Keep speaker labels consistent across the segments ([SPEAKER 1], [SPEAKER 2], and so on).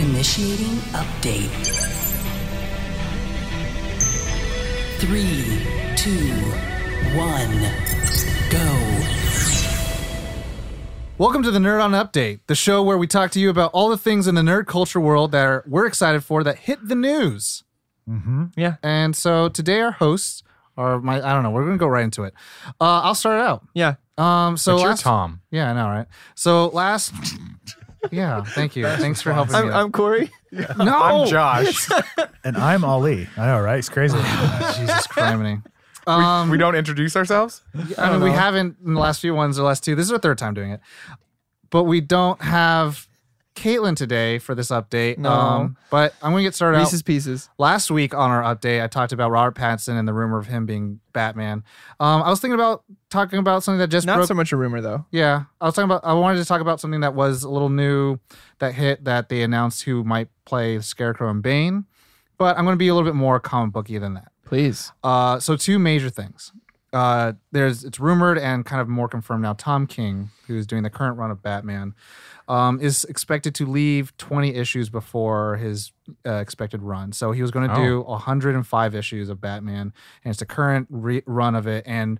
[SPEAKER 1] Initiating update. Three, two, one, go.
[SPEAKER 2] Welcome to the Nerd On Update, the show where we talk to you about all the things in the nerd culture world that are, we're excited for that hit the news.
[SPEAKER 3] Mm-hmm.
[SPEAKER 4] Yeah.
[SPEAKER 2] And so today our hosts are my I don't know, we're going to go right into it. Uh, I'll start it out.
[SPEAKER 4] Yeah.
[SPEAKER 2] Um so
[SPEAKER 3] But you're
[SPEAKER 2] last-
[SPEAKER 3] Tom.
[SPEAKER 2] Yeah, I know, right? So last Yeah, thank you. Thanks for helping me.
[SPEAKER 4] I'm,
[SPEAKER 2] out.
[SPEAKER 4] I'm Corey.
[SPEAKER 2] no.
[SPEAKER 3] I'm Josh.
[SPEAKER 5] Oh. And I'm Ali. I know, right? It's crazy.
[SPEAKER 2] Jesus Christ.
[SPEAKER 4] um,
[SPEAKER 3] we don't introduce ourselves.
[SPEAKER 2] I mean, we haven't in the last few ones or last two. This is our third time doing it, but we don't have Caitlin today for this update. Um,
[SPEAKER 4] No.
[SPEAKER 2] but I'm gonna get started out.
[SPEAKER 4] Reese's Pieces.
[SPEAKER 2] Last week on our update, I talked about Robert Pattinson and the rumor of him being Batman. Um, I was thinking about talking about something that just
[SPEAKER 4] Not
[SPEAKER 2] broke.
[SPEAKER 4] so much a rumor though.
[SPEAKER 2] yeah, I was talking about. I wanted to talk about something that was a little new that hit that they announced who might play Scarecrow and Bane, but I'm gonna be a little bit more comic booky than that.
[SPEAKER 4] Please.
[SPEAKER 2] Uh, so two major things. Uh, there's it's rumored and kind of more confirmed now. Tom King, who's doing the current run of Batman, um, is expected to leave 20 issues before his uh, expected run. So he was going to do 105 issues of Batman, and it's the current re- run of it. And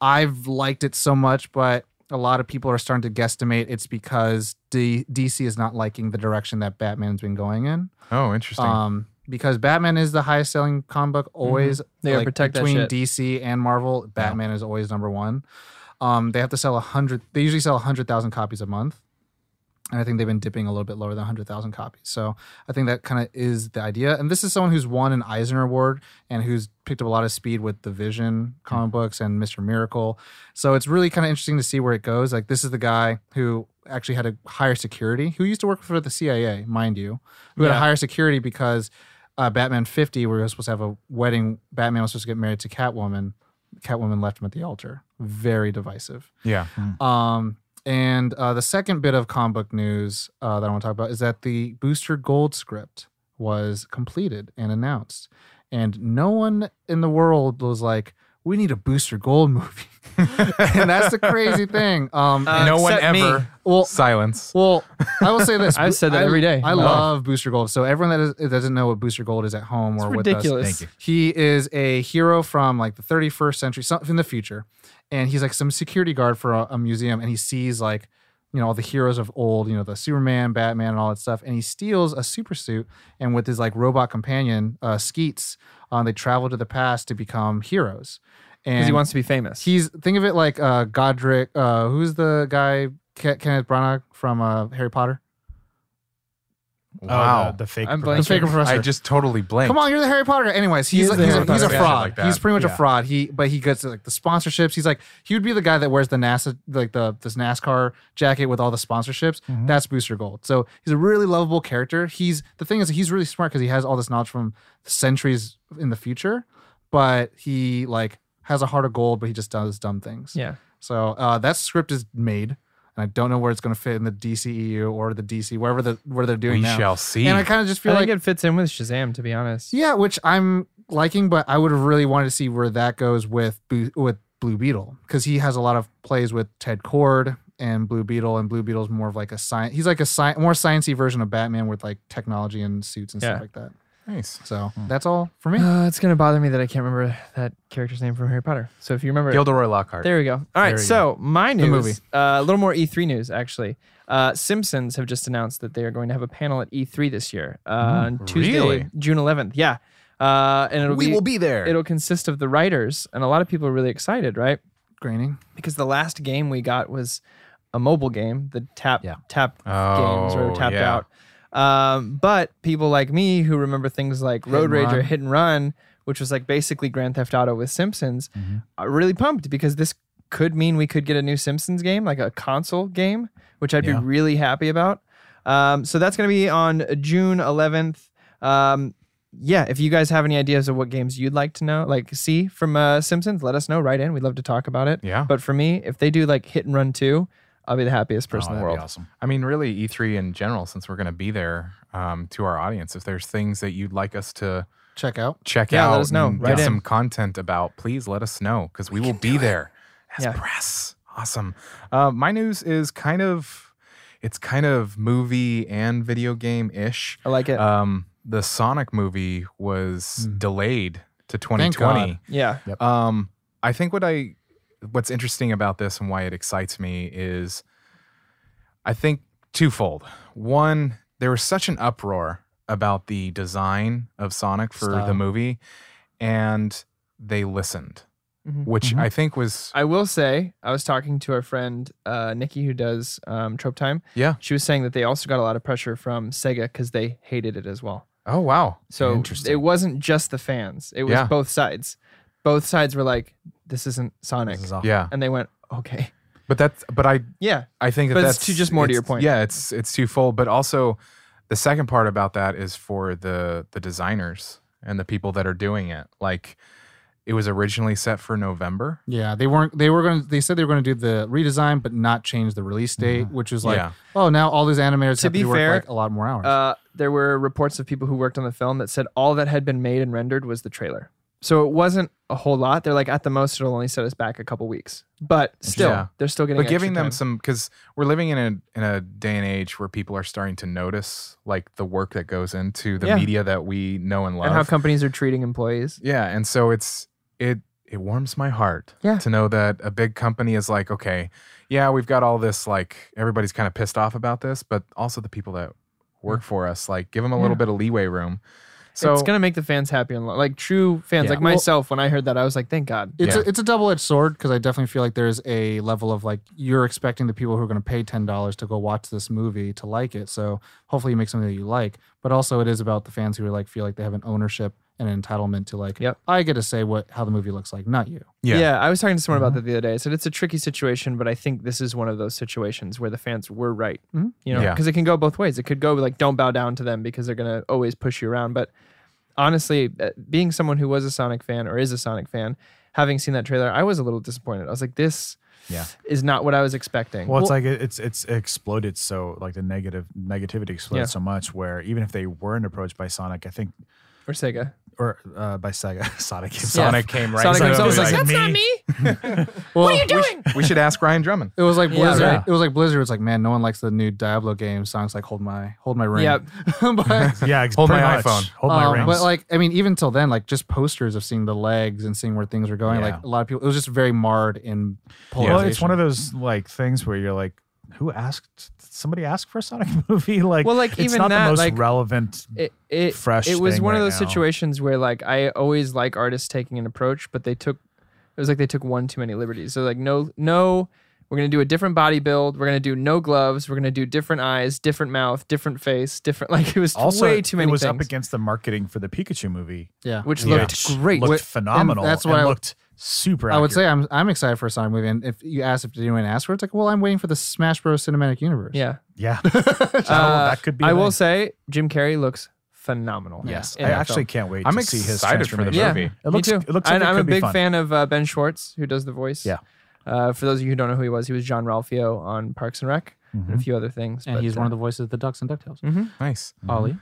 [SPEAKER 2] I've liked it so much, but a lot of people are starting to guesstimate it's because D- DC is not liking the direction that Batman's been going in.
[SPEAKER 3] Oh, interesting.
[SPEAKER 2] Um, because Batman is the highest selling comic book always.
[SPEAKER 4] They gotta
[SPEAKER 2] like,
[SPEAKER 4] protect that
[SPEAKER 2] between
[SPEAKER 4] shit.
[SPEAKER 2] DC and Marvel. Batman is always number one. Um, they have to sell a hundred. They usually sell a hundred thousand copies a month, and I think they've been dipping a little bit lower than hundred thousand copies. So I think that kind of is the idea. And this is someone who's won an Eisner Award and who's picked up a lot of speed with the Vision comic books and Mister Miracle. So it's really kind of interesting to see where it goes. Like this is the guy who actually had a higher security, who used to work for the CIA, mind you, who had a
[SPEAKER 4] Yeah.
[SPEAKER 2] higher security because uh, Batman 50, where he was supposed to have a wedding. Batman was supposed to get married to Catwoman. Catwoman left him at the altar. Very divisive.
[SPEAKER 3] yeah.
[SPEAKER 5] Hmm.
[SPEAKER 2] Um, and uh, the second bit of comic book news uh, that I want to talk about is that the Booster Gold script was completed and announced, and no one in the world was like, "We need a Booster Gold movie," and that's the crazy thing.
[SPEAKER 4] Uh,
[SPEAKER 2] Um, and-
[SPEAKER 3] no one
[SPEAKER 4] except me.
[SPEAKER 3] ever.
[SPEAKER 2] well,
[SPEAKER 3] Silence.
[SPEAKER 2] well, I will say this.
[SPEAKER 4] I've said that
[SPEAKER 2] I-
[SPEAKER 4] every day.
[SPEAKER 2] I
[SPEAKER 4] No.
[SPEAKER 2] love Booster Gold. So everyone that, is, that doesn't know what Booster Gold is at home
[SPEAKER 4] It's
[SPEAKER 2] or with us,
[SPEAKER 4] ridiculous.
[SPEAKER 5] Thank you.
[SPEAKER 2] he is a hero from like the 31st century, something in the future, and he's like some security guard for a, a museum, and he sees like you know all the heroes of old, you know the Superman, Batman, and all that stuff, and he steals a super suit, and with his like robot companion uh, Skeets, um, they travel to the past to become heroes, and
[SPEAKER 4] Because he wants to be famous.
[SPEAKER 2] he's think of it like uh, Godric, uh, who's the guy Ke- Kenneth Branagh from uh, Harry Potter,
[SPEAKER 3] Wow.
[SPEAKER 5] Oh, the, the fake.
[SPEAKER 4] I'm
[SPEAKER 2] the
[SPEAKER 4] blanking.
[SPEAKER 2] fake professor.
[SPEAKER 3] I just totally blanked.
[SPEAKER 2] Come on, you're the Harry Potter. Anyways, he's
[SPEAKER 4] is
[SPEAKER 2] like,
[SPEAKER 4] the
[SPEAKER 2] he's,
[SPEAKER 4] Harry
[SPEAKER 2] a, he's a
[SPEAKER 3] Potter guy.
[SPEAKER 2] fraud.
[SPEAKER 3] Like that.
[SPEAKER 2] he's pretty much a
[SPEAKER 5] Yeah.
[SPEAKER 2] fraud. He but he gets like the sponsorships. He's like he would be the guy that wears the NASA like the this NASCAR jacket with all the sponsorships.
[SPEAKER 3] Mm-hmm.
[SPEAKER 2] That's Booster Gold. So he's a really lovable character. He's the thing is he's really smart because he has all this knowledge from centuries in the future, but he like has a heart of gold, but he just does dumb things.
[SPEAKER 4] yeah.
[SPEAKER 2] So uh, that script is made. And I don't know where it's going to fit in the DCEU or the DC, wherever the where they're doing
[SPEAKER 3] we
[SPEAKER 2] now.
[SPEAKER 3] shall see.
[SPEAKER 2] And I kind of just
[SPEAKER 4] I
[SPEAKER 2] feel like
[SPEAKER 4] think it fits in with Shazam, to be honest.
[SPEAKER 2] yeah, which I'm liking, but I would have really wanted to see where that goes with Bo- with Blue Beetle because he has a lot of plays with Ted Cord and Blue Beetle, and Blue Beetle's more of like a science. He's like a sci- more sciencey version of Batman with like technology and suits and
[SPEAKER 4] Yeah.
[SPEAKER 2] stuff like that.
[SPEAKER 5] Oh,
[SPEAKER 3] nice.
[SPEAKER 2] So that's all for me.
[SPEAKER 4] Uh, it's gonna bother me that I can't remember that character's name from Harry Potter. So if you remember, it,
[SPEAKER 3] Gilderoy Lockhart.
[SPEAKER 4] there we go. All right.
[SPEAKER 5] There you
[SPEAKER 4] So my news,
[SPEAKER 2] movie.
[SPEAKER 4] Uh, a little more E3 news actually. Uh, Simpsons have just announced that they are going to have a panel at E3 this year uh, on Tuesday,
[SPEAKER 3] really?
[SPEAKER 4] June 11th. Yeah. Uh, and it'll be,
[SPEAKER 3] there.
[SPEAKER 4] It'll consist of the writers, and a lot of people are really excited, right?
[SPEAKER 2] Graining.
[SPEAKER 4] because the last game we got was a mobile game, the tap
[SPEAKER 5] Yeah.
[SPEAKER 4] tap games
[SPEAKER 3] Oh,
[SPEAKER 4] or tapped
[SPEAKER 3] yeah.
[SPEAKER 4] out. Um, but people like me who remember things like Road
[SPEAKER 2] and
[SPEAKER 4] Rage or
[SPEAKER 2] Run.
[SPEAKER 4] Hit and Run, which was like basically Grand Theft Auto with Simpsons, are really pumped because this could mean we could get a new Simpsons game, like a console game, which I'd
[SPEAKER 5] Yeah.
[SPEAKER 4] be really happy about. Um, so that's going to be on June 11th. Um, yeah, if you guys have any ideas of what games you'd like to know, like see from uh, Simpsons, let us know right in. We'd love to talk about it.
[SPEAKER 3] Yeah.
[SPEAKER 4] But for me, if they do like Hit and Run 2, I'll be the happiest person in the world.
[SPEAKER 5] awesome.
[SPEAKER 3] I mean, really, E3 in general, since we're going to be there um, to our audience, if there's things that you'd like us to
[SPEAKER 2] Check out.
[SPEAKER 3] check
[SPEAKER 4] Yeah,
[SPEAKER 3] out,
[SPEAKER 4] let us know.
[SPEAKER 3] and
[SPEAKER 4] Write
[SPEAKER 3] get
[SPEAKER 4] in.
[SPEAKER 3] some content about, please let us know because we, will be there as
[SPEAKER 4] Yeah.
[SPEAKER 3] press. Awesome. Uh, my news is kind of it's kind of movie and video game ish.
[SPEAKER 4] I like it.
[SPEAKER 3] Um, the Sonic movie was
[SPEAKER 4] Hmm.
[SPEAKER 3] delayed to
[SPEAKER 2] God.
[SPEAKER 3] 2020.
[SPEAKER 4] yeah.
[SPEAKER 3] Um, I think what I what's interesting about this and why it excites me is I think twofold. One, there was such an uproar about the design of Sonic for
[SPEAKER 2] Style.
[SPEAKER 3] the movie, and they listened,
[SPEAKER 4] Mhm.
[SPEAKER 3] which
[SPEAKER 5] Mhm.
[SPEAKER 3] I think was
[SPEAKER 4] I will say, I was talking to our friend uh, Nikki, who does um, Trope Time.
[SPEAKER 3] yeah.
[SPEAKER 4] She was saying that they also got a lot of pressure from Sega because they hated it as well.
[SPEAKER 3] Oh wow.
[SPEAKER 4] So
[SPEAKER 5] Interesting.
[SPEAKER 4] it wasn't just the fans; it was
[SPEAKER 3] Yeah.
[SPEAKER 4] both sides. Both sides were like, "This isn't Sonic,"
[SPEAKER 5] This is awful.
[SPEAKER 3] Yeah,
[SPEAKER 4] and they went, "Okay,
[SPEAKER 3] but that's but I
[SPEAKER 4] yeah,
[SPEAKER 3] I think that
[SPEAKER 4] But it's
[SPEAKER 3] that's
[SPEAKER 4] two- just more to
[SPEAKER 3] it's-
[SPEAKER 4] your point.
[SPEAKER 3] Yeah, it's it's twofold, but also the second part about that is for the the designers and the people that are doing it. Like it was originally set for November.
[SPEAKER 2] Yeah, they weren't. They were going. to They said they were going to do the redesign, but not change the release date, which is like,
[SPEAKER 3] Yeah.
[SPEAKER 2] oh, now all these animators
[SPEAKER 4] To
[SPEAKER 2] have
[SPEAKER 4] be
[SPEAKER 2] to do work
[SPEAKER 4] fair,
[SPEAKER 2] like a lot more hours.
[SPEAKER 4] Uh, there were reports of people who worked on the film that said all that had been made and rendered was the trailer. So it wasn't a whole lot. They're like, at the most, it'll only set us back a couple weeks. But still,
[SPEAKER 3] Yeah.
[SPEAKER 4] they're still getting.
[SPEAKER 3] But giving
[SPEAKER 4] extra
[SPEAKER 3] them
[SPEAKER 4] time.
[SPEAKER 3] some because we're living in a in a day and age where people are starting to notice like the work that goes into the
[SPEAKER 4] Yeah.
[SPEAKER 3] media that we know and love.
[SPEAKER 4] and how companies are treating employees.
[SPEAKER 3] Yeah, and so it's it it warms my heart
[SPEAKER 4] Yeah.
[SPEAKER 3] to know that a big company is like, okay, yeah, we've got all this like everybody's kind of pissed off about this, but also the people that work for us like give them a little bit of leeway room. So
[SPEAKER 4] Mm. it's gonna make the fans happy and lo- like true fans
[SPEAKER 3] Yeah.
[SPEAKER 4] like
[SPEAKER 2] Well-
[SPEAKER 4] myself. when I heard that, I was like, thank God.
[SPEAKER 2] it's
[SPEAKER 3] yeah.
[SPEAKER 2] a, it's a double edged sword because I definitely feel like there's a level of like you're expecting the people who are going to pay ten dollars to go watch this movie to like it. So hopefully you make something that you like. But also it is about the fans who are like feel like they have an ownership and an entitlement to like,
[SPEAKER 4] Yep.
[SPEAKER 2] I get to say what how the movie looks like, not you.
[SPEAKER 3] yeah.
[SPEAKER 4] I was talking to someone about that the other day. I said it's a tricky situation, but I think this is one of those situations where the fans were right. You know,
[SPEAKER 3] Yeah.
[SPEAKER 4] because it can go both ways. It could go like don't bow down to them because they're gonna always push you around. But honestly, uh, being someone who was a Sonic fan or is a Sonic fan, having seen that trailer, I was a little disappointed. I was like, this
[SPEAKER 3] Yeah.
[SPEAKER 4] is not what I was expecting.
[SPEAKER 5] Well, it's like it- it's it's exploded so like the negative negativity exploded
[SPEAKER 4] Yeah.
[SPEAKER 5] so much where even if they weren't approached by Sonic, I think
[SPEAKER 4] or Sega.
[SPEAKER 5] or uh, by Sega, Sonic, came-
[SPEAKER 3] Sonic came right.
[SPEAKER 4] Sonic
[SPEAKER 3] in
[SPEAKER 4] was
[SPEAKER 3] and
[SPEAKER 4] always
[SPEAKER 3] was
[SPEAKER 4] like,
[SPEAKER 5] like,
[SPEAKER 4] that's not me.
[SPEAKER 5] me.
[SPEAKER 2] Well,
[SPEAKER 3] we should ask Ryan Drummond.
[SPEAKER 2] it was like Blizzard.
[SPEAKER 5] right.
[SPEAKER 2] It was like Blizzard was like, man, no one likes the new Diablo game. Songs like hold my hold my ring.
[SPEAKER 4] Yep.
[SPEAKER 2] but
[SPEAKER 5] yeah, ex-
[SPEAKER 3] Hold
[SPEAKER 5] pretty
[SPEAKER 3] my
[SPEAKER 5] much.
[SPEAKER 3] iPhone.
[SPEAKER 5] hold my
[SPEAKER 2] Um,
[SPEAKER 5] rings.
[SPEAKER 2] But like, I mean, even till then, like just posters of seeing the legs and seeing where things were going.
[SPEAKER 3] Yeah.
[SPEAKER 2] Like a lot of people, it was just very marred in polarization.
[SPEAKER 5] well, it's one of those like things where you're like, who asked? Did somebody asked for a Sonic movie? Like,
[SPEAKER 4] Well, like,
[SPEAKER 5] it's
[SPEAKER 4] even
[SPEAKER 5] not
[SPEAKER 4] that,
[SPEAKER 5] the most
[SPEAKER 4] like,
[SPEAKER 5] relevant.
[SPEAKER 4] it, it
[SPEAKER 5] fresh
[SPEAKER 4] It was
[SPEAKER 5] thing
[SPEAKER 4] one of
[SPEAKER 5] right
[SPEAKER 4] those
[SPEAKER 5] now.
[SPEAKER 4] situations where like I always like artists taking an approach, but they took it was like they took one too many liberties. So like no no we're gonna do a different body build. We're gonna do no gloves. We're gonna do different eyes, different mouth, different face, different like it was
[SPEAKER 5] also,
[SPEAKER 4] way too many
[SPEAKER 5] it was
[SPEAKER 4] things,
[SPEAKER 5] up against the marketing for the Pikachu movie,
[SPEAKER 2] yeah.
[SPEAKER 4] which
[SPEAKER 5] Yeah.
[SPEAKER 4] looked
[SPEAKER 5] which
[SPEAKER 4] great.
[SPEAKER 5] looked
[SPEAKER 2] Wh- and
[SPEAKER 5] phenomenal.
[SPEAKER 2] that's what
[SPEAKER 5] and
[SPEAKER 2] I-
[SPEAKER 5] looked super.
[SPEAKER 2] I would say
[SPEAKER 5] accurate.
[SPEAKER 2] I'm I'm excited for a Sonic movie, and if you ask if anyone asked for it, it's like, well, I'm waiting for the Smash Bros. Cinematic Universe.
[SPEAKER 4] yeah,
[SPEAKER 5] yeah, That'll-
[SPEAKER 4] Uh,
[SPEAKER 5] that could be.
[SPEAKER 4] I
[SPEAKER 5] a
[SPEAKER 4] will
[SPEAKER 5] thing.
[SPEAKER 4] say Jim Carrey looks phenomenal.
[SPEAKER 5] Yes,
[SPEAKER 4] in
[SPEAKER 5] I
[SPEAKER 4] that
[SPEAKER 5] actually can't
[SPEAKER 4] film.
[SPEAKER 5] wait.
[SPEAKER 3] I'm
[SPEAKER 5] to see his
[SPEAKER 3] excited for the
[SPEAKER 5] transformation.
[SPEAKER 3] movie.
[SPEAKER 5] It looks.
[SPEAKER 4] Me too.
[SPEAKER 5] It looks.
[SPEAKER 4] And
[SPEAKER 5] like it
[SPEAKER 4] I'm a
[SPEAKER 5] could be
[SPEAKER 4] big
[SPEAKER 5] fun.
[SPEAKER 4] fan of uh, Ben Schwartz, who does the voice.
[SPEAKER 5] Yeah.
[SPEAKER 4] Uh, for those of you who don't know who he was, he was John Ralphio on Parks and Rec
[SPEAKER 5] Mm-hmm.
[SPEAKER 4] and a few other things. uh,
[SPEAKER 2] and he's one of the voices of the Ducks and Ducktales.
[SPEAKER 3] Nice.
[SPEAKER 5] Oh.
[SPEAKER 2] Ollie,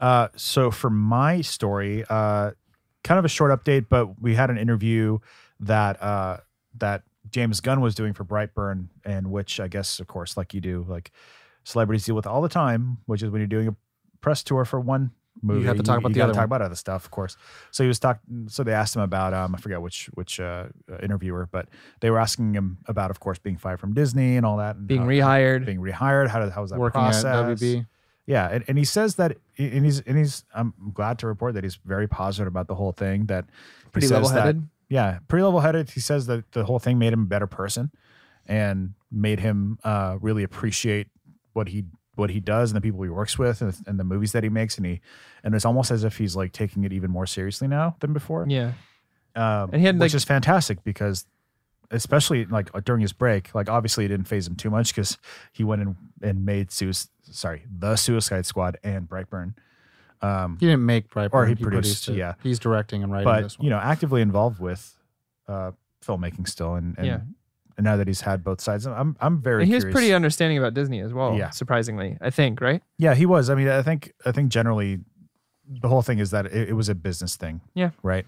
[SPEAKER 5] Uh, so for my story, uh, kind of a short update, but we had an interview that uh, that James Gunn was doing for Brightburn, and which I guess, of course, like you do, like celebrities deal with all the time, which is when you're doing a press tour for one movie,
[SPEAKER 2] have to talk about the
[SPEAKER 5] gotta
[SPEAKER 2] other
[SPEAKER 5] talk
[SPEAKER 2] one.
[SPEAKER 5] about other stuff, of course. So he was talking. So they asked him about um, I forget which which uh, interviewer, but they were asking him about, of course, being fired from Disney and all that, and
[SPEAKER 4] being
[SPEAKER 5] how-
[SPEAKER 4] rehired.
[SPEAKER 5] being rehired. How does how was that
[SPEAKER 2] working
[SPEAKER 5] process?
[SPEAKER 2] at WB.
[SPEAKER 5] Yeah, and, and he says that, and he's and he's. I'm glad to report that he's very positive about the whole thing. That he
[SPEAKER 4] Pretty
[SPEAKER 5] says that-
[SPEAKER 4] level-headed?
[SPEAKER 5] yeah, pretty level headed. He says that the whole thing made him a better person, and made him uh, really appreciate what he what he does and the people he works with and, and the movies that he makes. And he and it's almost as if he's like taking it even more seriously now than before.
[SPEAKER 4] yeah.
[SPEAKER 5] Um,
[SPEAKER 4] And he had,
[SPEAKER 5] which
[SPEAKER 4] like-
[SPEAKER 5] is fantastic because, especially like uh, during his break, like obviously it didn't phase him too much because he went and and made Suis- sorry the Suicide Squad and Brightburn,
[SPEAKER 2] He didn't make Brightburn.
[SPEAKER 5] Or he produced,
[SPEAKER 2] it.
[SPEAKER 5] yeah.
[SPEAKER 2] he's directing and writing
[SPEAKER 5] but
[SPEAKER 2] this one.
[SPEAKER 5] you know actively involved with uh, filmmaking still, and, and
[SPEAKER 4] Yeah.
[SPEAKER 5] and now that he's had both sides, I'm I'm very
[SPEAKER 4] And he was
[SPEAKER 5] curious.
[SPEAKER 4] pretty uh, understanding about Disney as well,
[SPEAKER 5] Yeah.
[SPEAKER 4] surprisingly, I think, right?
[SPEAKER 5] yeah he was. I mean I think I think generally the whole thing is that it, it was a business thing,
[SPEAKER 4] Yeah.
[SPEAKER 5] right.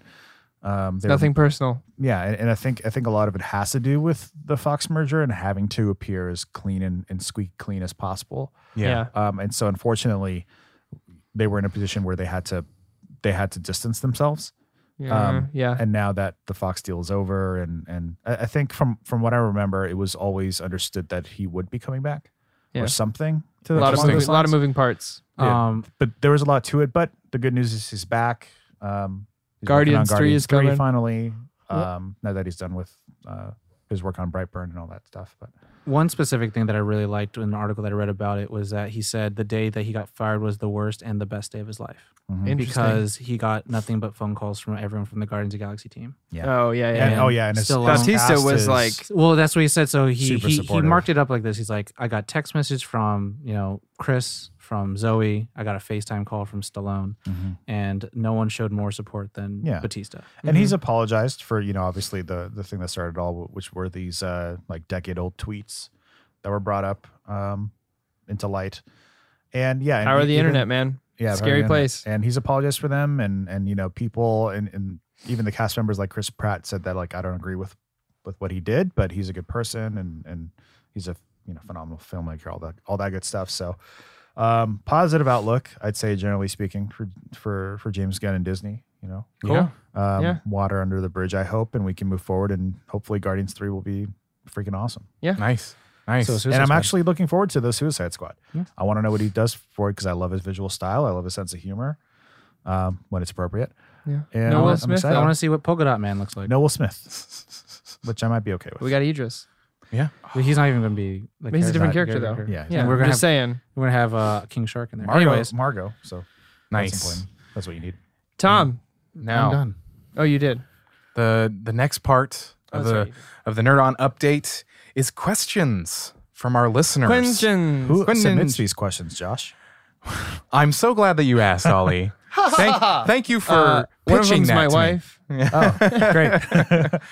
[SPEAKER 5] Um, they were-
[SPEAKER 4] Nothing personal.
[SPEAKER 5] yeah, and, and I think I think a lot of it has to do with the Fox merger and having to appear as clean and, and squeaky clean as possible.
[SPEAKER 4] Yeah.
[SPEAKER 5] Um, and so unfortunately, they were in a position where they had to they had to distance themselves.
[SPEAKER 4] Yeah.
[SPEAKER 5] Um,
[SPEAKER 4] yeah.
[SPEAKER 5] And now that the Fox deal is over, and and I, I think from from what I remember, it was always understood that he would be coming back
[SPEAKER 4] Yeah.
[SPEAKER 5] or something. To
[SPEAKER 4] A lot of
[SPEAKER 5] along those
[SPEAKER 4] moving, lot of
[SPEAKER 5] lines.
[SPEAKER 4] moving parts.
[SPEAKER 5] Yeah.
[SPEAKER 2] Um,
[SPEAKER 5] but there was a lot to it. But the good news is he's back. Um, he's working on
[SPEAKER 4] Guardians 3 is coming.
[SPEAKER 5] finally. Um, now that he's done with uh, his work on Brightburn and all that stuff. But
[SPEAKER 2] one specific thing that I really liked in an article that I read about it was that he said the day that he got fired was the worst and the best day of his life
[SPEAKER 4] Interesting.
[SPEAKER 2] because he got nothing but phone calls from everyone from the Guardians of the Galaxy team.
[SPEAKER 5] yeah,
[SPEAKER 4] Oh yeah, yeah.
[SPEAKER 5] and,
[SPEAKER 4] yeah.
[SPEAKER 5] oh yeah, and his,
[SPEAKER 2] Still
[SPEAKER 5] his
[SPEAKER 6] Bautista
[SPEAKER 5] cast
[SPEAKER 6] was
[SPEAKER 5] is-
[SPEAKER 6] like,
[SPEAKER 2] Well, that's what he said. So he
[SPEAKER 5] Super
[SPEAKER 2] he, he
[SPEAKER 5] supportive.
[SPEAKER 2] marked it up like this. He's like, I got text message from you know Chris, from Zoe. I got a FaceTime call from Stallone,
[SPEAKER 5] Mhm.
[SPEAKER 2] and no one showed more support than
[SPEAKER 5] Yeah.
[SPEAKER 2] Batista.
[SPEAKER 4] mm-hmm.
[SPEAKER 5] and he's apologized for you know obviously the the thing that started it all, which were these uh, like decade old tweets that were brought up um, into light. And yeah, and
[SPEAKER 4] Power of
[SPEAKER 5] e-
[SPEAKER 4] the
[SPEAKER 5] even-
[SPEAKER 4] internet, man.
[SPEAKER 5] yeah
[SPEAKER 4] Scary
[SPEAKER 5] Guardian.
[SPEAKER 4] place.
[SPEAKER 5] and he's apologized for them and and you know people and and even the cast members like chris pratt said that like i don't agree with with what he did but he's a good person and and he's a you know phenomenal filmmaker all that all that good stuff so um positive outlook i'd say generally speaking for for for james gunn and disney you know
[SPEAKER 4] Cool. Yeah.
[SPEAKER 5] um,
[SPEAKER 4] Yeah.
[SPEAKER 5] water under the bridge i hope and we can move forward and hopefully guardians 3 will be freaking awesome
[SPEAKER 3] Nice. Nice.
[SPEAKER 2] So- so-
[SPEAKER 5] and i'm
[SPEAKER 2] Squad.
[SPEAKER 5] actually looking forward to the suicide squad i want to know what he does for it because i love his visual style i love his sense of humor um, when it's appropriate yeah,
[SPEAKER 4] Noah
[SPEAKER 5] I'm
[SPEAKER 4] Smith.
[SPEAKER 2] I
[SPEAKER 5] excited.
[SPEAKER 4] though.
[SPEAKER 2] want to see what Polka Dot Man looks like.
[SPEAKER 5] Noel Smith, which I might be okay with.
[SPEAKER 4] We got Idris.
[SPEAKER 3] yeah.
[SPEAKER 2] Well, He's not even going to be. Like,
[SPEAKER 4] But he's a different character, though.
[SPEAKER 5] Yeah,
[SPEAKER 4] Yeah,
[SPEAKER 2] And
[SPEAKER 4] we're
[SPEAKER 2] we're gonna
[SPEAKER 4] just
[SPEAKER 2] have-
[SPEAKER 4] saying.
[SPEAKER 2] We're gonna have uh, King Shark in there.
[SPEAKER 5] Margo,
[SPEAKER 2] Anyways,
[SPEAKER 5] Margo. So that's
[SPEAKER 3] Nice.
[SPEAKER 5] important. That's what you need.
[SPEAKER 4] Tom.
[SPEAKER 5] Mm.
[SPEAKER 2] I'm
[SPEAKER 3] Now
[SPEAKER 2] done.
[SPEAKER 4] Oh, you did.
[SPEAKER 3] the the next part
[SPEAKER 4] Oh,
[SPEAKER 3] of
[SPEAKER 4] that's
[SPEAKER 3] the
[SPEAKER 4] right.
[SPEAKER 3] of the Nerd On update is questions from our listeners.
[SPEAKER 4] Questions.
[SPEAKER 5] Who
[SPEAKER 3] Quentin-
[SPEAKER 5] submits these questions, Josh?
[SPEAKER 3] I'm so glad that you asked, Ollie. thank, thank you for
[SPEAKER 4] Uh, one of
[SPEAKER 3] pitching
[SPEAKER 4] them's
[SPEAKER 3] that
[SPEAKER 4] my
[SPEAKER 3] to me.
[SPEAKER 4] wife.
[SPEAKER 5] Great.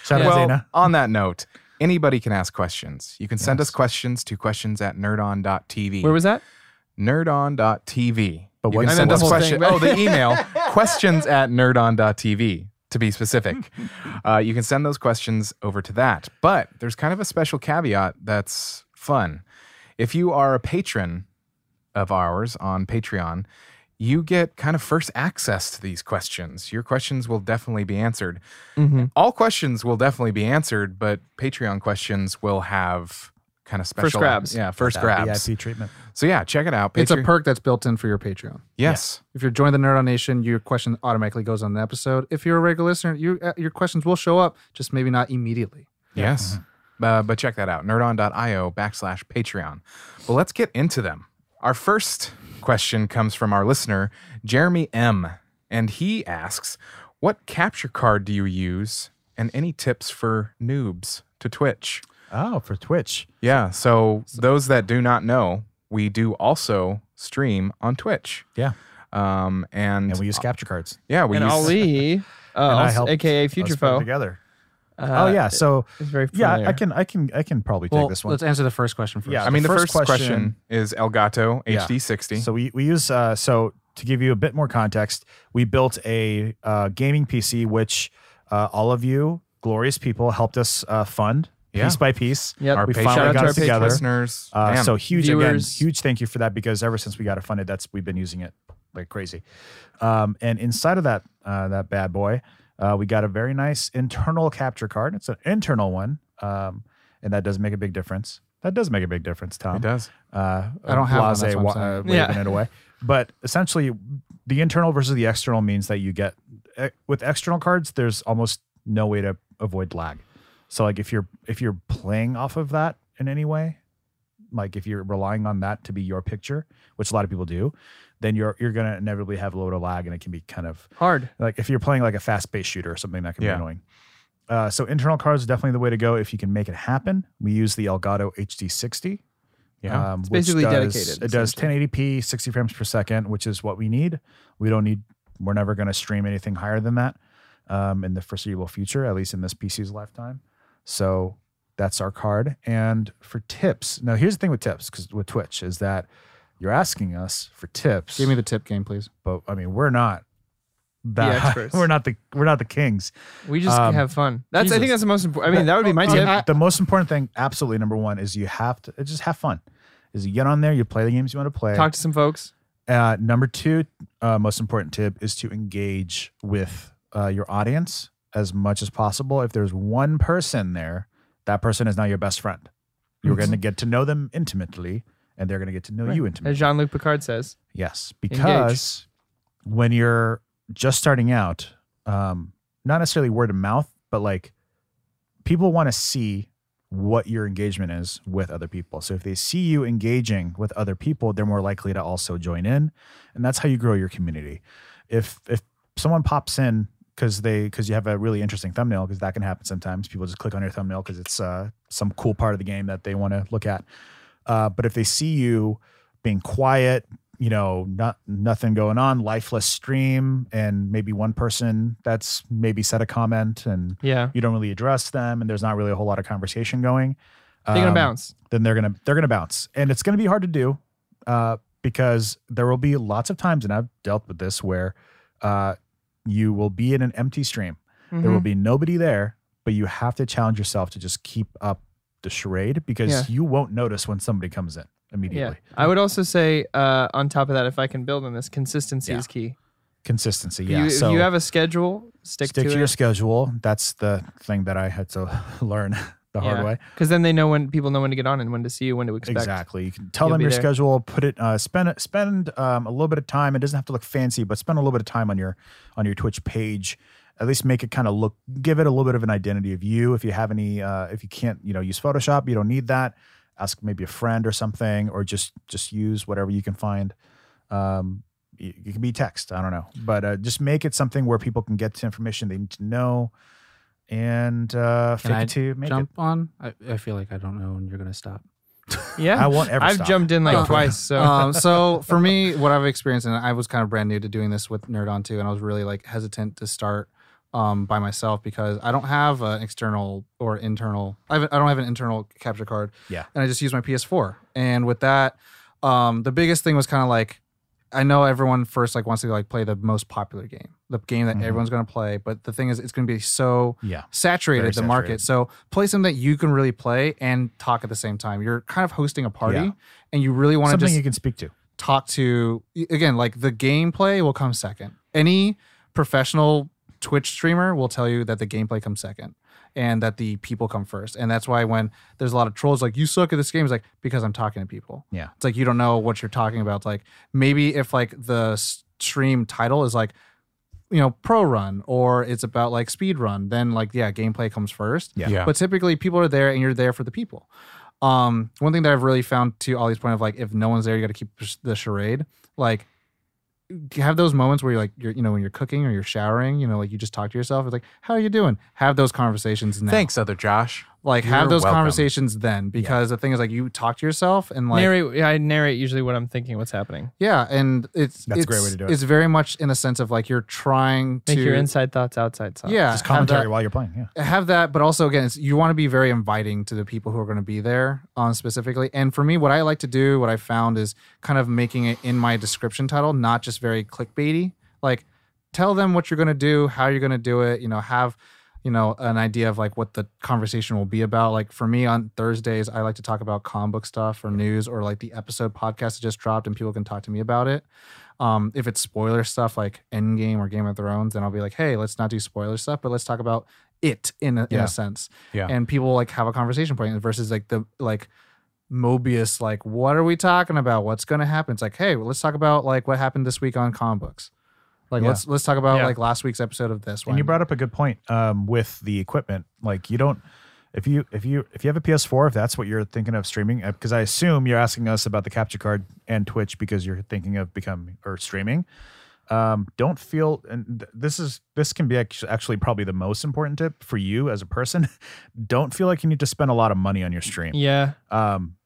[SPEAKER 5] Shout out
[SPEAKER 3] well,
[SPEAKER 5] Zena.
[SPEAKER 3] on that note, anybody can ask questions. You can send us questions to questions at nerdon.tv.
[SPEAKER 4] Where was that?
[SPEAKER 3] nerdon.tv.
[SPEAKER 5] But what
[SPEAKER 3] you can
[SPEAKER 5] is
[SPEAKER 3] send
[SPEAKER 5] the
[SPEAKER 3] us
[SPEAKER 5] whole
[SPEAKER 3] question-
[SPEAKER 4] thing?
[SPEAKER 3] Oh, the email questions at nerdon.tv to be specific. Uh, you can send those questions over to that. But there's kind of a special caveat that's fun. If you are a patron of ours on Patreon, you get kind of first access to these questions. Your questions will definitely be answered. All questions will definitely be answered, but Patreon questions will have kind of special
[SPEAKER 4] grabs.
[SPEAKER 3] Yeah, first
[SPEAKER 5] That
[SPEAKER 3] grabs.
[SPEAKER 5] VIP treatment.
[SPEAKER 3] So yeah, check it out.
[SPEAKER 2] It's a
[SPEAKER 3] Patre-
[SPEAKER 2] perk that's built in for your Patreon.
[SPEAKER 3] Yes.
[SPEAKER 2] If you're joined the Nerd On Nation, your question automatically goes on an episode. If you're a regular listener, you, uh, your questions will show up, just maybe not immediately.
[SPEAKER 3] Yes. Uh, but check that out nerdon.io backslash Patreon. But let's get into them. Our first question comes from our listener, Jeremy M. And he asks, What capture card do you use? And any tips for noobs to Twitch?
[SPEAKER 5] Oh, for Twitch.
[SPEAKER 3] Yeah. So, those that do not know, we do also stream on Twitch.
[SPEAKER 5] Yeah.
[SPEAKER 3] Um, and,
[SPEAKER 5] And we use capture cards.
[SPEAKER 3] yeah, we
[SPEAKER 4] And
[SPEAKER 3] use
[SPEAKER 4] Ali, uh, also,
[SPEAKER 5] helped
[SPEAKER 4] aka
[SPEAKER 5] us
[SPEAKER 4] Future
[SPEAKER 5] put it
[SPEAKER 4] Foe.
[SPEAKER 5] together.
[SPEAKER 4] uh,
[SPEAKER 5] oh yeah. So
[SPEAKER 4] is very
[SPEAKER 5] yeah,
[SPEAKER 4] familiar.
[SPEAKER 5] I can I can I can probably take
[SPEAKER 2] Well,
[SPEAKER 5] this one.
[SPEAKER 2] let's answer the first question first.
[SPEAKER 5] Yeah.
[SPEAKER 3] I mean, the first, question,
[SPEAKER 5] question-
[SPEAKER 3] is Elgato
[SPEAKER 5] Yeah.
[SPEAKER 3] HD60.
[SPEAKER 5] So we we use uh, so to give you a bit more context, we built a uh, gaming PC which uh, all of you glorious people helped us uh, fund
[SPEAKER 3] Yeah.
[SPEAKER 5] piece by piece.
[SPEAKER 4] Yep.
[SPEAKER 3] our
[SPEAKER 5] we
[SPEAKER 3] Patreon
[SPEAKER 5] finally
[SPEAKER 4] Shout out
[SPEAKER 5] got it
[SPEAKER 4] to our Patreon
[SPEAKER 5] together.
[SPEAKER 3] listeners.
[SPEAKER 5] Uh,
[SPEAKER 3] Man.
[SPEAKER 5] so huge
[SPEAKER 4] Viewers.
[SPEAKER 5] again, huge thank you for that because ever since we got it funded, that's we've been using it like crazy. Um, and inside of that uh, that bad boy, uh, we got a very nice internal capture card. It's an internal one, um, and that does make a big difference. That does make a big difference, Tom.
[SPEAKER 3] it does.
[SPEAKER 5] Uh,
[SPEAKER 2] I don't have one,
[SPEAKER 5] blase
[SPEAKER 2] that's what I'm
[SPEAKER 5] wa- uh,
[SPEAKER 2] saying.
[SPEAKER 5] waving
[SPEAKER 4] Yeah.
[SPEAKER 5] it away. But essentially, the internal versus the external means that you get eh, with external cards. There's almost no way to avoid lag. So like if you're if you're playing off of that in any way, like if you're relying on that to be your picture, which a lot of people do, then you're you're gonna inevitably have a load of lag, and it can be kind of
[SPEAKER 4] Hard.
[SPEAKER 5] like if you're playing like a fast paced shooter or something that can
[SPEAKER 3] Yeah.
[SPEAKER 5] be annoying. Uh, so internal cards is definitely the way to go if you can make it happen. We use the Elgato HD60.
[SPEAKER 3] Yeah.
[SPEAKER 5] um, it's
[SPEAKER 4] basically
[SPEAKER 5] does,
[SPEAKER 4] dedicated,
[SPEAKER 5] It does 1080p, 60 frames per second, which is what we need. We don't need. We're never going to stream anything higher than that um, in the foreseeable future, at least in this PC's lifetime. So that's our card. And for tips, now here's the thing with tips, because with Twitch is that you're asking us for tips.
[SPEAKER 2] Give me the tip game, please.
[SPEAKER 5] but I mean, we're not that
[SPEAKER 4] experts.
[SPEAKER 5] we're not the we're not the kings.
[SPEAKER 4] We just
[SPEAKER 5] Um,
[SPEAKER 4] have fun. That's I think that's the most important. I mean, that would be my tip.
[SPEAKER 5] Yeah, the most important thing, absolutely number one, is you have to just have fun. Is you get on there, you play the games you want to play.
[SPEAKER 4] Talk to some folks.
[SPEAKER 5] Uh, number two, uh, most important tip is to engage with uh, your audience as much as possible. If there's one person there, that person is now your best friend. You're going to get to know them intimately, and they're going to get to know you
[SPEAKER 4] As
[SPEAKER 5] intimately.
[SPEAKER 4] Jean Luc Picard says,
[SPEAKER 5] Yes, because when you're just starting out, um, not necessarily word of mouth, but like people want to see what your engagement is with other people. So if they see you engaging with other people, they're more likely to also join in, and that's how you grow your community. If if someone pops in because they because you have a really interesting thumbnail because that can happen sometimes. People just click on your thumbnail because it's uh, some cool part of the game that they want to look at. Uh, but if they see you being quiet, you know, not nothing going on, lifeless stream, and maybe one person that's maybe said a comment and
[SPEAKER 4] "Yeah,
[SPEAKER 5] you don't really address them, and there's not really a whole lot of conversation going.
[SPEAKER 4] they're gonna
[SPEAKER 5] um,
[SPEAKER 4] bounce."
[SPEAKER 5] Then they're gonna they're gonna bounce, and it's gonna be hard to do uh, because there will be lots of times, and I've dealt with this where uh, you will be in an empty stream. There will
[SPEAKER 4] Mhm.
[SPEAKER 5] be nobody there, but you have to challenge yourself to just keep up the charade because
[SPEAKER 4] Yeah.
[SPEAKER 5] you won't notice when somebody comes in immediately.
[SPEAKER 4] Yeah, I would also say uh, on top of that, if I can build on this, consistency
[SPEAKER 5] Yeah.
[SPEAKER 4] is key.
[SPEAKER 5] Consistency,
[SPEAKER 4] If
[SPEAKER 5] yeah.
[SPEAKER 4] you,
[SPEAKER 5] so
[SPEAKER 4] if you have a schedule, stick,
[SPEAKER 5] stick to,
[SPEAKER 4] to,
[SPEAKER 5] your
[SPEAKER 4] it.
[SPEAKER 5] schedule. That's the thing that I had to learn the hard
[SPEAKER 4] Yeah.
[SPEAKER 5] way.
[SPEAKER 4] Because then they know when people know when to get on and when to see you, when to expect.
[SPEAKER 5] Exactly. You can tell
[SPEAKER 4] You'll
[SPEAKER 5] them
[SPEAKER 4] be
[SPEAKER 5] your
[SPEAKER 4] there.
[SPEAKER 5] schedule. Put it. Uh, spend spend um, a little bit of time. It doesn't have to look fancy, but spend a little bit of time on your on your Twitch page. At least make it kind of look. Give it a little bit of an identity of you. If you have any, uh, if you can't, you know, use Photoshop. You don't need that. Ask maybe a friend or something, or just just use whatever you can find. Um, it it can be text. I don't know, but uh, just make it something where people can get to information they need to know, and uh, fake
[SPEAKER 6] I
[SPEAKER 5] it to make
[SPEAKER 6] Jump on. I, I feel like I don't know when you're gonna stop.
[SPEAKER 5] it. I
[SPEAKER 4] Yeah,
[SPEAKER 5] won't ever.
[SPEAKER 4] I've
[SPEAKER 5] stop.
[SPEAKER 4] jumped in like
[SPEAKER 2] Oh.
[SPEAKER 4] twice. So
[SPEAKER 2] um, so for me, what I've experienced, and I was kind of brand new to doing this with Nerd On too, and I was really like hesitant to start um, by myself because I don't have an external or internal. I, have, I don't have an internal capture card.
[SPEAKER 5] Yeah.
[SPEAKER 2] and I just use my PS4. And with that, um, the biggest thing was kind of like, I know everyone first like wants to like play the most popular game, the game that
[SPEAKER 6] Mm-hmm.
[SPEAKER 5] Mhm.
[SPEAKER 2] everyone's going to play. But the thing is, it's going to be so
[SPEAKER 5] Yeah.
[SPEAKER 2] saturated
[SPEAKER 5] Very
[SPEAKER 2] the market.
[SPEAKER 5] saturated.
[SPEAKER 2] So play something that you can really play and talk at the same time. You're kind of hosting a party,
[SPEAKER 5] Yeah.
[SPEAKER 2] and you really want to
[SPEAKER 5] Something
[SPEAKER 2] just
[SPEAKER 5] you can speak to.
[SPEAKER 2] talk to again like the gameplay will come second any professional twitch streamer will tell you that the gameplay comes second and that the people come first and that's why when there's a lot of trolls like you suck at this game it's like because i'm talking to people
[SPEAKER 5] Yeah.
[SPEAKER 2] it's like you don't know what you're talking about It's like maybe if like the s- stream title is like you know pro run or it's about like speed run then like yeah gameplay comes first
[SPEAKER 5] Yeah.
[SPEAKER 3] Yeah.
[SPEAKER 2] but typically people are there and you're there for the people. Um, one thing that I've really found to Ollie's point of like, if no one's there, you got to keep the sh- the charade. Like, you have those moments where you're like, you're, you know, when you're cooking or you're showering, you know, like you just talk to yourself. It's like, how are you doing? Have those conversations now.
[SPEAKER 3] Thanks, other Josh.
[SPEAKER 2] Like, have
[SPEAKER 3] You're
[SPEAKER 2] those
[SPEAKER 3] welcome.
[SPEAKER 2] conversations then, because the thing is, like, you talk to yourself and like,
[SPEAKER 4] narrate. Yeah, I narrate usually what I'm thinking, what's happening,
[SPEAKER 2] yeah, and it's
[SPEAKER 5] That's a great
[SPEAKER 2] it's-
[SPEAKER 5] way to do it.
[SPEAKER 2] It's very much in a sense of like you're trying
[SPEAKER 4] make
[SPEAKER 2] to
[SPEAKER 4] your inside thoughts outside thoughts.
[SPEAKER 2] yeah, uh,
[SPEAKER 5] Just
[SPEAKER 2] have that-
[SPEAKER 5] commentary while you're playing. Yeah.
[SPEAKER 2] have that, but also again, it's, you want to be very inviting to the people who are going to be there on specifically. And for me, what I like to do, what I found is kind of making it in my description title, not just very clickbaity. Like, tell them what you're going to do, how you're going to do it. You know, have you know an idea of like what the conversation will be about. Like for me on Thursdays, I like to talk about comic book stuff or news or like the episode podcast that just dropped, and people can talk to me about it. Um, if it's spoiler stuff like Endgame or Game of Thrones, then I'll be like, hey, let's not do spoiler stuff, but let's talk about it in a, in
[SPEAKER 5] Yeah.
[SPEAKER 2] a sense.
[SPEAKER 3] Yeah.
[SPEAKER 2] And people like have a conversation point versus like the like Mobius, like, what are we talking about? What's gonna happen? It's like, hey, well, let's talk about like what happened this week on comic books. Like
[SPEAKER 5] Yeah.
[SPEAKER 2] let's let's talk about
[SPEAKER 5] Yeah.
[SPEAKER 2] like last week's episode of this one.
[SPEAKER 5] And you brought up a good point um, with the equipment. Like you don't, if you if you if you have a PS4, if that's what you're thinking of streaming, because I assume you're asking us about the capture card and Twitch because you're thinking of becoming or streaming. Um, don't feel, and th- this is this can be actu- actually probably the most important tip for you as a person. don't feel like you need to spend a lot of money on your stream.
[SPEAKER 4] yeah.
[SPEAKER 5] Um,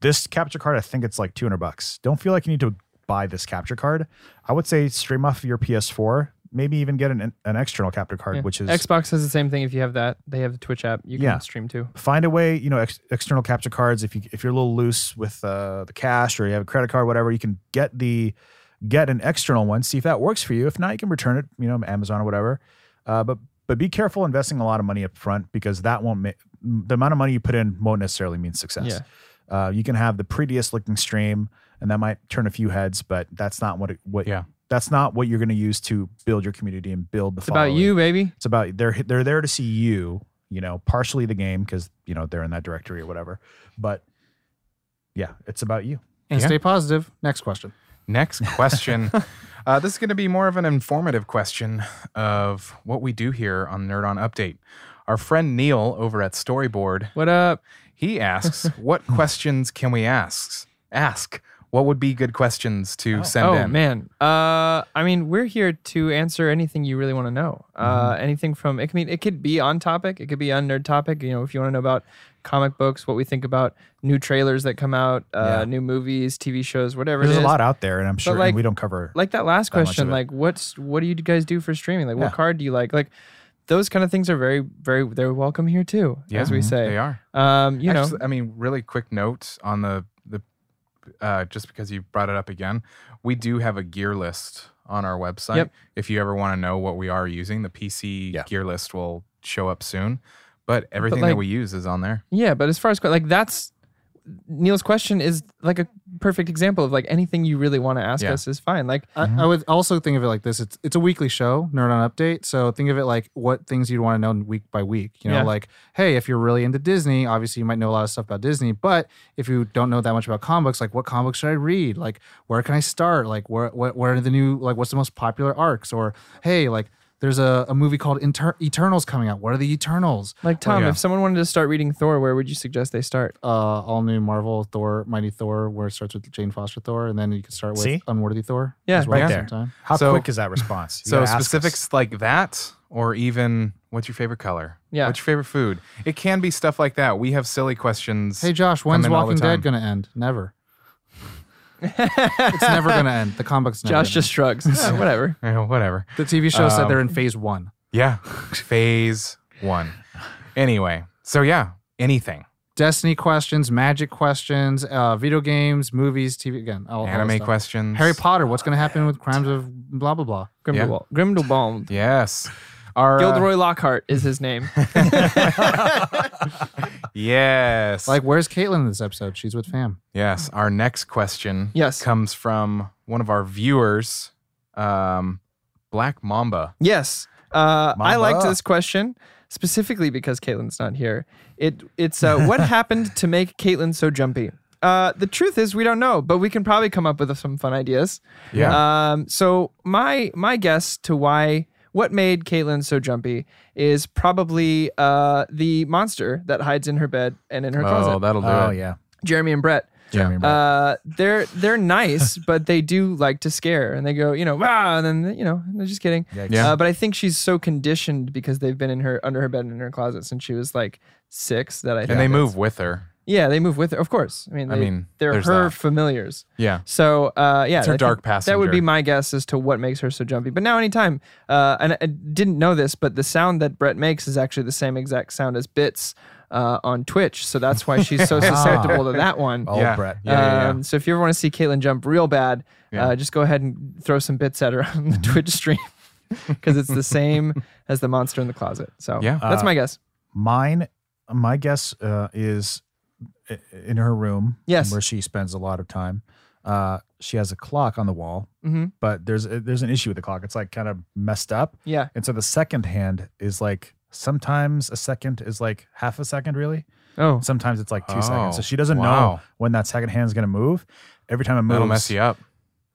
[SPEAKER 5] this capture card, I think it's like 200 bucks. Don't feel like you need to buy this capture card. I would say stream off your PS4, maybe even get an, an external capture card,
[SPEAKER 4] yeah.
[SPEAKER 5] which is
[SPEAKER 4] Xbox has the same thing. If you have that, they have the Twitch app. You can
[SPEAKER 5] Yeah.
[SPEAKER 4] stream too.
[SPEAKER 5] find a way, you know, ex- external capture cards. If you if you're a little loose with uh, the cash or you have a credit card, whatever, you can get the get an external one, see if that works for you. If not, you can return it, you know, Amazon or whatever. Uh, but but be careful investing a lot of money up front because that won't make the amount of money you put in won't necessarily mean success. Uh, you can have the prettiest looking stream, and that might turn a few heads, but that's not what it, what
[SPEAKER 3] Yeah.
[SPEAKER 5] that's not what you're going to use to build your community and build the.
[SPEAKER 4] It's about you, baby.
[SPEAKER 5] It's about they're they're there to see you, you know, partially the game because you know they're in that directory or whatever. But yeah, it's about you.
[SPEAKER 2] And
[SPEAKER 3] Yeah.
[SPEAKER 2] stay positive. Next question.
[SPEAKER 3] Next question. uh, this is going to be more of an informative question of what we do here on Nerd On Update. Our friend Neil over at Storyboard,
[SPEAKER 4] What up?
[SPEAKER 3] he asks, "What questions can we ask? Ask what would be good questions to send
[SPEAKER 4] oh
[SPEAKER 3] in?"
[SPEAKER 4] man, uh, I mean, we're here to answer anything you really want to know.
[SPEAKER 5] Mm-hmm.
[SPEAKER 4] Uh, anything from it can mean it could be on topic, it could be on nerd topic. You know, if you want to know about comic books, what we think about new trailers that come out, uh, new movies, TV shows, whatever. it
[SPEAKER 5] There's a
[SPEAKER 4] is.
[SPEAKER 5] lot out there, and I'm sure and
[SPEAKER 4] like-
[SPEAKER 5] we don't cover.
[SPEAKER 4] like that last
[SPEAKER 5] much of
[SPEAKER 4] question
[SPEAKER 5] it.
[SPEAKER 4] like what's what do you guys do for streaming like what card do you like like those kind of things are very very they're welcome here too as
[SPEAKER 5] mm-hmm.
[SPEAKER 4] we say
[SPEAKER 3] mm-hmm. they are.
[SPEAKER 4] um you know
[SPEAKER 3] Actually, I mean, really quick note on the the uh, just because you brought it up again, we do have a gear list on our website.
[SPEAKER 4] Yep.
[SPEAKER 3] If you ever want to know what we are using, the PC
[SPEAKER 5] Yeah.
[SPEAKER 3] gear list will show up soon. But everything
[SPEAKER 4] like-
[SPEAKER 3] that we use is on there.
[SPEAKER 4] yeah but as far as que- like that's neil's question is like a perfect example of like anything you really want to ask
[SPEAKER 3] Yeah.
[SPEAKER 4] us is fine like
[SPEAKER 2] I, I would also think of it like this: it's it's a weekly show, Nerd on Update. So think of it like what things you'd want to know week by week. You know,
[SPEAKER 4] Yeah.
[SPEAKER 2] like hey, if you're really into Disney, obviously you might know a lot of stuff about Disney. But if you don't know that much about comic books, like what comic books should I read? Like where can I start? Like where what what are the new like what's the most popular arcs? Or hey, like there's a, a movie called Inter- Eternals coming out. What are the Eternals?
[SPEAKER 4] like tom
[SPEAKER 3] yeah.
[SPEAKER 4] if someone wanted to start reading thor where would you suggest they start
[SPEAKER 2] Uh, all new Marvel Thor, Mighty Thor, where it starts with Jane Foster Thor, and then you can start with
[SPEAKER 5] See?
[SPEAKER 2] Unworthy Thor.
[SPEAKER 4] Yeah,
[SPEAKER 2] as well
[SPEAKER 3] right
[SPEAKER 2] at the
[SPEAKER 3] there.
[SPEAKER 2] same time.
[SPEAKER 5] How
[SPEAKER 3] So-
[SPEAKER 5] quick is that response? You
[SPEAKER 3] So
[SPEAKER 5] gotta ask us.
[SPEAKER 3] specifics like that, or even what's your favorite color?
[SPEAKER 4] Yeah.
[SPEAKER 3] What's your favorite food? It can be stuff like that. We have silly questions.
[SPEAKER 2] Hey Josh, when's
[SPEAKER 3] in all the
[SPEAKER 2] Walking Dead
[SPEAKER 3] time.
[SPEAKER 2] gonna end? Never. it's never gonna end. The comic book's never.
[SPEAKER 4] josh
[SPEAKER 2] gonna
[SPEAKER 4] just shrugs Yeah, whatever
[SPEAKER 3] Eh, whatever.
[SPEAKER 2] end. the TV show said they're in
[SPEAKER 3] Um,
[SPEAKER 2] phase one.
[SPEAKER 3] Yeah. Phase one. Anyway, so yeah, anything.
[SPEAKER 2] Destiny questions, magic questions, uh, video games, movies, TV again, all, all that
[SPEAKER 3] Anime
[SPEAKER 2] stuff.
[SPEAKER 3] questions.
[SPEAKER 2] Harry Potter. What's gonna happen with crimes of blah blah blah?
[SPEAKER 4] grimdelwald grimdelwald
[SPEAKER 3] Yes. Our, uh,
[SPEAKER 4] gilderoy lockhart is his name
[SPEAKER 3] Yes.
[SPEAKER 2] Like where's Caitlin in this episode? She's with fam.
[SPEAKER 3] yes. Our next question
[SPEAKER 4] Yes.
[SPEAKER 3] comes from one of our viewers, um, Black Mamba.
[SPEAKER 4] Yes. Uh, I
[SPEAKER 5] Mamba.
[SPEAKER 4] liked this question specifically because Caitlin's not here. It it's uh, what happened to make Caitlin so jumpy. Uh, the truth is, we don't know, but we can probably come up with some fun ideas.
[SPEAKER 3] Yeah.
[SPEAKER 5] Uh,
[SPEAKER 4] Um, so my my guess to why what made Caitlyn so jumpy is probably uh, the monster that hides in her bed and in her
[SPEAKER 3] oh,
[SPEAKER 4] closet.
[SPEAKER 3] that'll do
[SPEAKER 5] Oh
[SPEAKER 3] it.
[SPEAKER 5] yeah,
[SPEAKER 4] Jeremy and Brett.
[SPEAKER 5] Jeremy. Brett.
[SPEAKER 4] Uh, they're they're nice, but they do like to scare, and they go, you know, ah, and then you know, they're just kidding.
[SPEAKER 5] Yikes.
[SPEAKER 3] Yeah.
[SPEAKER 4] Uh, but I think she's so conditioned because they've been in her under her bed and in her closet since she was like six that I think
[SPEAKER 3] And they
[SPEAKER 4] it's-
[SPEAKER 3] move with her.
[SPEAKER 4] Yeah, they move with her. Of course. I mean, they,
[SPEAKER 3] I mean,
[SPEAKER 4] they're
[SPEAKER 3] there's
[SPEAKER 4] her
[SPEAKER 3] that.
[SPEAKER 4] familiars.
[SPEAKER 3] Yeah.
[SPEAKER 4] So uh, yeah,
[SPEAKER 3] her
[SPEAKER 4] I think
[SPEAKER 3] dark
[SPEAKER 4] That would
[SPEAKER 3] passenger.
[SPEAKER 4] be my guess as to what makes her so jumpy. But now, anytime, uh, and I didn't know this, but the sound that Brett makes is actually the same exact sound as Bits uh, on Twitch. So that's why she's so susceptible to that one.
[SPEAKER 5] Oh,
[SPEAKER 3] Ah. yeah.
[SPEAKER 5] Brett.
[SPEAKER 3] Yeah, yeah, yeah.
[SPEAKER 4] Um, so if you ever want to see Caitlyn jump real bad,
[SPEAKER 3] Yeah. Mm-hmm.
[SPEAKER 4] uh, just go ahead and throw some bits at her on the Twitch stream because it's the same as the monster in the closet. So
[SPEAKER 3] Yeah. Uh,
[SPEAKER 4] that's my guess.
[SPEAKER 5] Mine, my guess uh, is i- in her room.
[SPEAKER 4] Yes.
[SPEAKER 5] where she spends a lot of time. Uh, she has a clock on the wall,
[SPEAKER 4] Mhm.
[SPEAKER 5] but there's uh, there's an issue with the clock. It's like kind of messed up,
[SPEAKER 4] Yeah.
[SPEAKER 5] and so the second hand is like sometimes a second is like half a second really.
[SPEAKER 4] Oh,
[SPEAKER 5] Sometimes it's like two seconds.
[SPEAKER 3] Oh,
[SPEAKER 5] So she doesn't know
[SPEAKER 3] wow.
[SPEAKER 5] when that second hand's gonna move. Every time it moves,
[SPEAKER 3] That'll mess you up.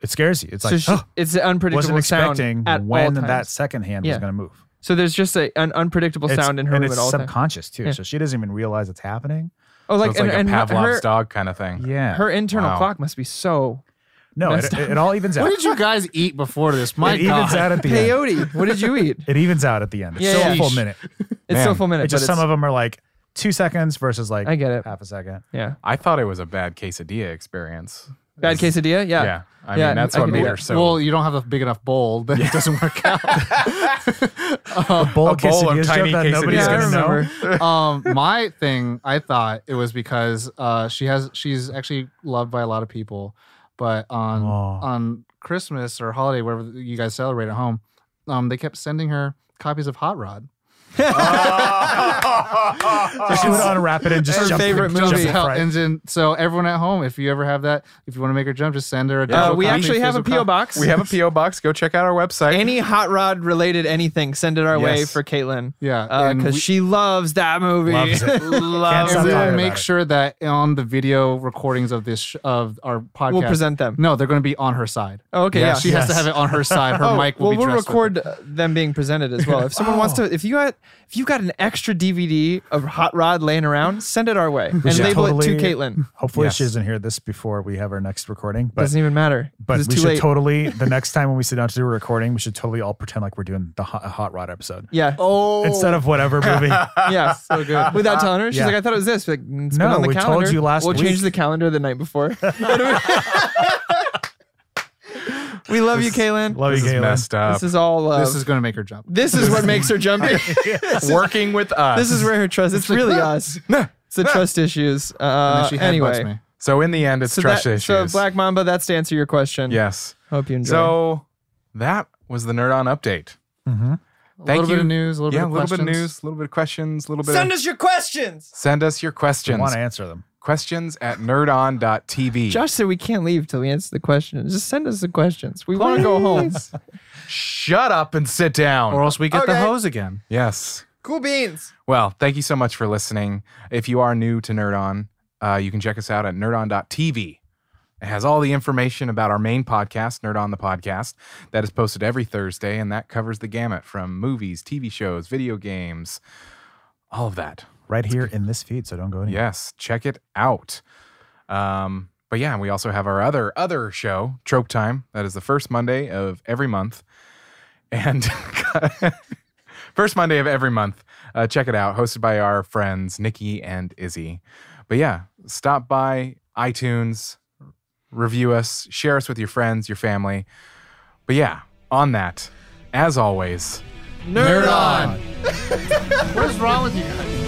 [SPEAKER 5] it scares you. It's
[SPEAKER 4] so
[SPEAKER 5] like,
[SPEAKER 4] she,
[SPEAKER 5] oh,
[SPEAKER 4] it's an unpredictable
[SPEAKER 5] wasn't
[SPEAKER 4] sound
[SPEAKER 5] expecting
[SPEAKER 4] at all
[SPEAKER 5] when
[SPEAKER 4] times.
[SPEAKER 5] that second hand
[SPEAKER 4] Yeah.
[SPEAKER 5] was going to move.
[SPEAKER 4] so there's just a, an unpredictable
[SPEAKER 5] It's-
[SPEAKER 4] sound in her
[SPEAKER 5] and
[SPEAKER 4] room
[SPEAKER 5] it's
[SPEAKER 4] at all times.
[SPEAKER 5] subconscious too,
[SPEAKER 4] Yeah.
[SPEAKER 5] so she doesn't even realize it's happening.
[SPEAKER 4] Oh,
[SPEAKER 3] So
[SPEAKER 4] like,
[SPEAKER 3] it's
[SPEAKER 4] and,
[SPEAKER 3] like
[SPEAKER 4] and
[SPEAKER 3] a Pavlov's
[SPEAKER 4] her,
[SPEAKER 3] dog kind of thing.
[SPEAKER 5] Yeah,
[SPEAKER 4] her internal
[SPEAKER 3] Wow.
[SPEAKER 4] clock must be so
[SPEAKER 5] no, it,
[SPEAKER 4] messed
[SPEAKER 5] it, it all evens out.
[SPEAKER 2] What did you guys eat before this? My
[SPEAKER 5] it evens
[SPEAKER 2] God.
[SPEAKER 5] out at the end.
[SPEAKER 4] peyote. what did you eat?
[SPEAKER 5] It evens out at the end. It's
[SPEAKER 4] Yeah,
[SPEAKER 5] still
[SPEAKER 4] yeah.
[SPEAKER 5] a full
[SPEAKER 4] Yeesh.
[SPEAKER 5] minute.
[SPEAKER 4] It's
[SPEAKER 3] Man,
[SPEAKER 4] still full minute,
[SPEAKER 5] It just
[SPEAKER 4] but
[SPEAKER 5] some
[SPEAKER 4] it's,
[SPEAKER 5] of them are like two seconds versus like
[SPEAKER 4] I get it.
[SPEAKER 5] half a second.
[SPEAKER 4] yeah.
[SPEAKER 3] I thought it was a bad quesadilla experience.
[SPEAKER 4] Bad quesadilla. Yeah.
[SPEAKER 3] Yeah. I
[SPEAKER 4] Yeah,
[SPEAKER 3] mean, that's
[SPEAKER 4] I
[SPEAKER 3] what
[SPEAKER 4] can do
[SPEAKER 3] made
[SPEAKER 4] that.
[SPEAKER 3] her so.
[SPEAKER 2] well, you don't have a big enough bowl that it doesn't work out.
[SPEAKER 5] a bowl,
[SPEAKER 3] a bowl of
[SPEAKER 5] quesadillas,
[SPEAKER 3] tiny
[SPEAKER 5] Jeff, that nobody's
[SPEAKER 4] Yeah,
[SPEAKER 3] quesadillas.
[SPEAKER 4] I
[SPEAKER 5] gonna know.
[SPEAKER 4] remember.
[SPEAKER 2] um, my thing, I thought it was because uh, she has she's actually loved by a lot of people, but on
[SPEAKER 5] Aw.
[SPEAKER 2] on Christmas or holiday, wherever you guys celebrate at home, um, they kept sending her copies of Hot Rod.
[SPEAKER 5] So she would unwrap it and just
[SPEAKER 4] Oh. Her
[SPEAKER 5] jump,
[SPEAKER 4] favorite
[SPEAKER 5] jump
[SPEAKER 4] movie.
[SPEAKER 5] right-
[SPEAKER 2] Out- and then, so everyone at home, if you ever have that, if you want to make her jump, just send her a.
[SPEAKER 4] Uh,
[SPEAKER 2] digital
[SPEAKER 4] we
[SPEAKER 2] copy,
[SPEAKER 4] actually have a
[SPEAKER 2] physical
[SPEAKER 4] PO
[SPEAKER 2] copy.
[SPEAKER 4] box.
[SPEAKER 3] We have a PO box. Go check out our website.
[SPEAKER 4] any hot rod related anything. Send it our way
[SPEAKER 5] Yes.
[SPEAKER 4] for Caitlin.
[SPEAKER 2] Yeah, and
[SPEAKER 4] because
[SPEAKER 2] we-
[SPEAKER 4] she loves that movie.
[SPEAKER 5] Loves it.
[SPEAKER 4] loves
[SPEAKER 5] stop
[SPEAKER 2] And we
[SPEAKER 5] talking
[SPEAKER 4] it.
[SPEAKER 2] will
[SPEAKER 5] about
[SPEAKER 2] make
[SPEAKER 5] it.
[SPEAKER 2] sure that on the video recordings of this sh- of our podcast,
[SPEAKER 4] We'll present them.
[SPEAKER 2] No, they're going to be on her side.
[SPEAKER 4] Oh, okay,
[SPEAKER 2] Yeah,
[SPEAKER 4] yeah.
[SPEAKER 2] she has to
[SPEAKER 5] Yes.
[SPEAKER 2] have it on her side. Her
[SPEAKER 4] Oh,
[SPEAKER 2] mic will
[SPEAKER 4] well,
[SPEAKER 2] be
[SPEAKER 4] we'll
[SPEAKER 2] dressed with
[SPEAKER 4] record uh, them being presented as well. If someone wants to, if you got, if you got an extra DVD of Hot Rod laying around, send it our way and
[SPEAKER 5] should
[SPEAKER 4] label it to
[SPEAKER 5] totally-
[SPEAKER 4] Caitlin.
[SPEAKER 5] Hopefully
[SPEAKER 3] Yes.
[SPEAKER 5] she doesn't hear this before we have our next recording. But
[SPEAKER 4] Doesn't even matter.
[SPEAKER 5] but
[SPEAKER 4] it's
[SPEAKER 5] we
[SPEAKER 4] too
[SPEAKER 5] should
[SPEAKER 4] late.
[SPEAKER 5] totally the next time when we sit down to do a recording, we should totally all pretend like we're doing the hot, hot rod episode
[SPEAKER 4] yeah.
[SPEAKER 2] Oh,
[SPEAKER 5] instead of whatever movie.
[SPEAKER 4] yeah. So good. Without telling her, she's
[SPEAKER 5] Yeah.
[SPEAKER 4] like, I thought it was this. Like, mm, it's been
[SPEAKER 5] No,
[SPEAKER 4] on the
[SPEAKER 5] we told
[SPEAKER 4] calendar.
[SPEAKER 5] you last
[SPEAKER 4] We'll change
[SPEAKER 5] week.
[SPEAKER 4] the calendar the night before. we love you, Kaylin.
[SPEAKER 5] Love
[SPEAKER 3] this
[SPEAKER 5] you,
[SPEAKER 3] is
[SPEAKER 5] Galen.
[SPEAKER 3] messed up.
[SPEAKER 4] this is all love.
[SPEAKER 2] this is going to make her jump.
[SPEAKER 4] This is what makes her jumping.
[SPEAKER 3] working with us.
[SPEAKER 4] this is where her trust. It's really us. It's the trust issues. Uh,
[SPEAKER 2] And she headbutts
[SPEAKER 4] anyway,
[SPEAKER 2] me.
[SPEAKER 3] so in the end, it's
[SPEAKER 4] so
[SPEAKER 3] trust
[SPEAKER 4] that- so
[SPEAKER 3] issues.
[SPEAKER 4] Black Mamba. That's to answer your question.
[SPEAKER 3] yes.
[SPEAKER 4] Hope you enjoy.
[SPEAKER 3] So that was the Nerd On update.
[SPEAKER 2] A
[SPEAKER 3] Thank
[SPEAKER 2] Mm-hmm. little bit
[SPEAKER 3] you.
[SPEAKER 2] of news, a little
[SPEAKER 3] yeah,
[SPEAKER 2] bit of
[SPEAKER 3] little bit of
[SPEAKER 2] questions.
[SPEAKER 3] news, a little bit of questions, a little bit.
[SPEAKER 4] send
[SPEAKER 3] of,
[SPEAKER 4] us your questions.
[SPEAKER 3] send us your
[SPEAKER 5] I
[SPEAKER 3] questions.
[SPEAKER 5] want to answer them.
[SPEAKER 3] Questions at nerdon.tv.
[SPEAKER 4] Josh said we can't leave till we answer the question. Just send us the questions. We want to go home.
[SPEAKER 3] Shut up and sit down.
[SPEAKER 2] Or else we get
[SPEAKER 4] Okay.
[SPEAKER 2] the hose again.
[SPEAKER 3] yes.
[SPEAKER 4] cool beans.
[SPEAKER 3] Well, thank you so much for listening. If you are new to Nerd On, uh, you can check us out at nerdon.tv. It has all the information about our main podcast, Nerd On the Podcast, that is posted every Thursday, and that covers the gamut from movies, TV shows, video games, all of that.
[SPEAKER 5] Right here in this feed, so don't go anywhere.
[SPEAKER 3] Yes, check it out. Um, but yeah, we also have our other other show, Trope Time, that is the first Monday of every month, and first Monday of every month. Uh, check it out, hosted by our friends Nikki and Izzy. But yeah, stop by iTunes, review us, share us with your friends, your family. But yeah, on that, as always.
[SPEAKER 4] Nerd on.
[SPEAKER 2] What is wrong with you guys?